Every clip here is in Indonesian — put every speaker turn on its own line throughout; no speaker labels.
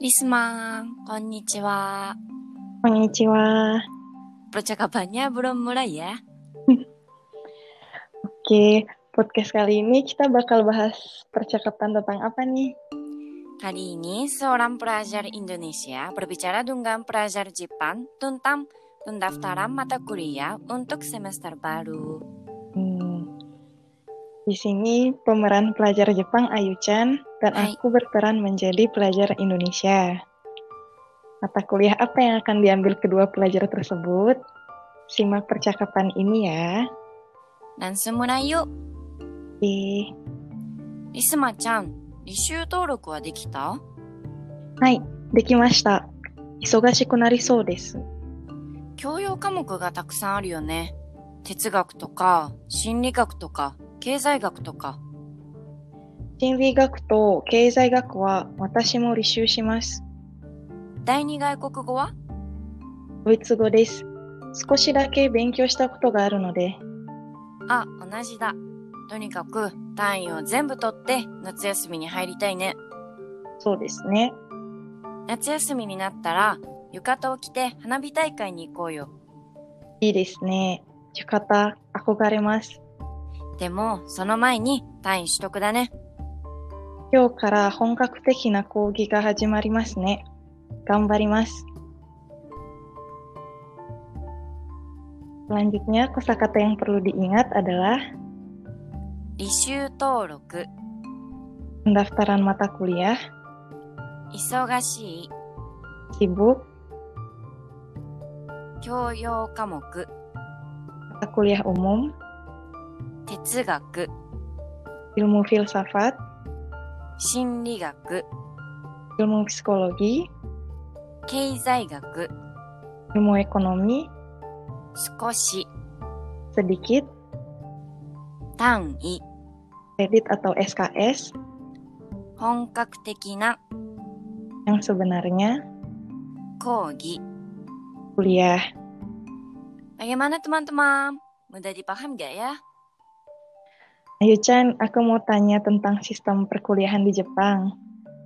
リスマン, konnichiwa.
Konnichiwa.
Percakapannya belum mulai ya?
Oke, podcast kali ini kita bakal bahas percakapan tentang apa nih?
Kali ini seorang pelajar Indonesia berbicara dengan pelajar Jepang tentang pendaftaran mata kuliah untuk semester baru.
Hmm. Di sini pemeran pelajar Jepang Ayu Chan dan
Hai.
aku berperan menjadi pelajar Indonesia. Mata kuliah apa yang akan diambil kedua pelajar tersebut? Simak percakapan ini ya.
Langsung mulai yuk.
Oke.
リスマちゃん、履修登録はできた
はい、できました。忙しくなりそうです。
教養科目がたくさんあるよね。哲学とか、心理学とか、経済学とか。
心理学と経済学は私も履修します。
第二外国語は
ドイツ語です。少しだけ勉強したことがあるので、
あ、同じだ。とにかく単位を全部取って夏休みに入りたいね。
そうですね。
夏休みになったら浴衣を着て花火大会に行こうよ。
いいですね。浴衣、憧れます。
でもその前に単位取得だね。
今日から本格的な講義が始まりますね。頑張ります。Selanjutnya, kosakata yang perlu diingat adalah
履修登録、
pendaftaran mata kuliah,
忙しい、
sibuk,
教養科目、
mata kuliah umum,
哲学、
ilmu filsafat,
心理学、
ilmu psikologi,
経済学、
ilmu ekonomi,
少し、
sedikit,
単位、
kredit atau SKS,
本格的な
yang sebenarnya
講義。
kuliah.
Bagaimana teman-teman? Mudah dipaham gak ya?
Ayo Chan, aku mau tanya tentang sistem perkuliahan di Jepang.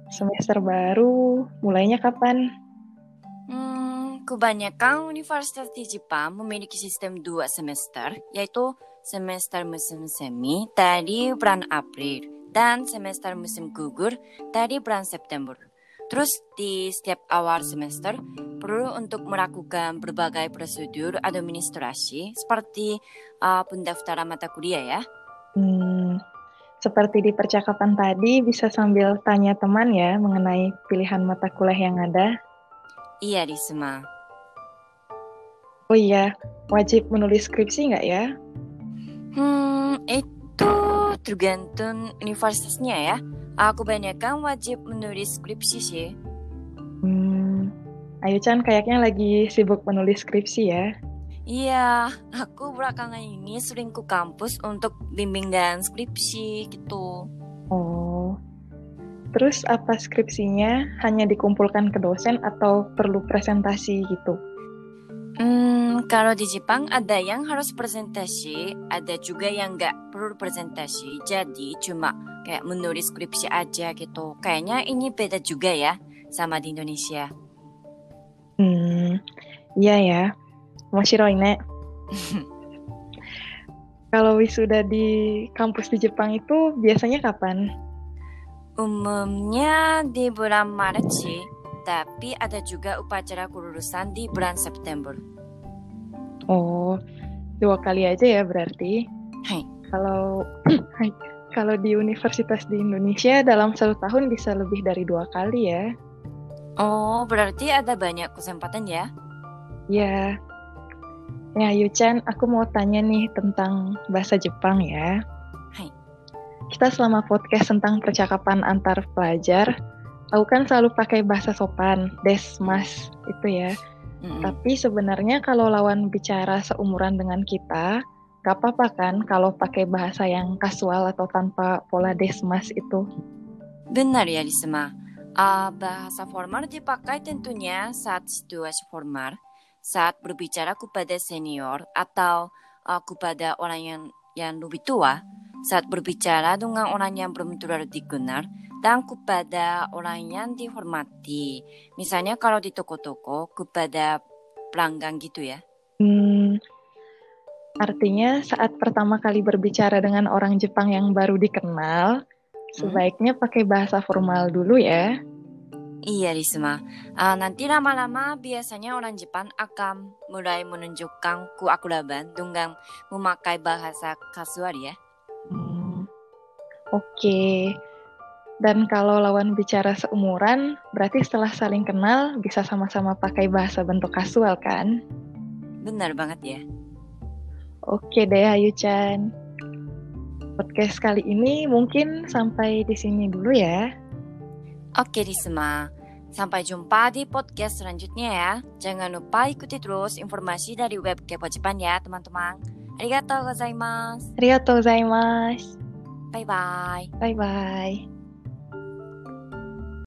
Semester baru, mulainya kapan?
Hmm, kebanyakan universitas di Jepang memiliki sistem dua semester, yaitu semester musim semi dari bulan April dan semester musim gugur dari bulan September. Terus di setiap awal semester perlu untuk melakukan berbagai prosedur administrasi seperti uh, pendaftaran mata kuliah ya.
Hmm, seperti di percakapan tadi, bisa sambil tanya teman ya mengenai pilihan mata kuliah yang ada.
Iya, Risma.
Oh iya, wajib menulis skripsi nggak ya?
Hmm, itu tergantung universitasnya ya. Aku kebanyakan wajib menulis skripsi sih.
Hmm, Ayu Chan kayaknya lagi sibuk menulis skripsi ya.
Iya, aku belakangan ini sering ke kampus untuk bimbingan skripsi gitu.
Oh, terus apa skripsinya? Hanya dikumpulkan ke dosen atau perlu presentasi gitu?
Hmm, kalau di Jepang ada yang harus presentasi, ada juga yang nggak perlu presentasi. Jadi cuma kayak menulis skripsi aja gitu. Kayaknya ini beda juga ya sama di Indonesia.
Hmm, iya ya. Moshiroi ne. Kalau wisuda di kampus di Jepang itu biasanya kapan?
Umumnya di bulan Maret sih, tapi ada juga upacara kelulusan di bulan September.
Oh, dua kali aja ya berarti.
Hai.
Kalau Hai. kalau di universitas di Indonesia dalam satu tahun bisa lebih dari dua kali ya.
Oh, berarti ada banyak kesempatan ya?
Ya. Ya, Yuchan, aku mau tanya nih tentang bahasa Jepang ya.
Hai.
Kita selama podcast tentang percakapan antar pelajar, aku kan selalu pakai bahasa sopan, des, mas, itu ya.
Mm-mm.
Tapi sebenarnya kalau lawan bicara seumuran dengan kita, gak apa-apa kan kalau pakai bahasa yang kasual atau tanpa pola des, mas itu.
Benar ya, Risma. Ah, bahasa formal dipakai tentunya saat situasi formal, saat berbicara kepada senior atau ah, kepada orang yang yang lebih tua, saat berbicara dengan orang yang belum terlalu dikenal, dan kepada orang yang dihormati. Misalnya kalau di toko-toko kepada pelanggan gitu ya.
Hmm, artinya saat pertama kali berbicara dengan orang Jepang yang baru dikenal, sebaiknya pakai bahasa formal dulu ya.
Iya, Risma. Ah, nanti lama-lama biasanya orang Jepang akan mulai menunjukkan keakraban dengan memakai bahasa kasual ya.
Hmm, Oke. Dan kalau lawan bicara seumuran, berarti setelah saling kenal bisa sama-sama pakai bahasa bentuk kasual kan?
Benar banget ya.
Oke deh Ayu Chan. Podcast kali ini mungkin sampai di sini dulu ya.
Oke, Risma. Sampai jumpa di podcast selanjutnya ya. Jangan lupa ikuti terus informasi dari web Kepo Jepang ya, teman-teman. Arigatou gozaimasu.
Arigatou gozaimasu.
Bye-bye.
Bye bye.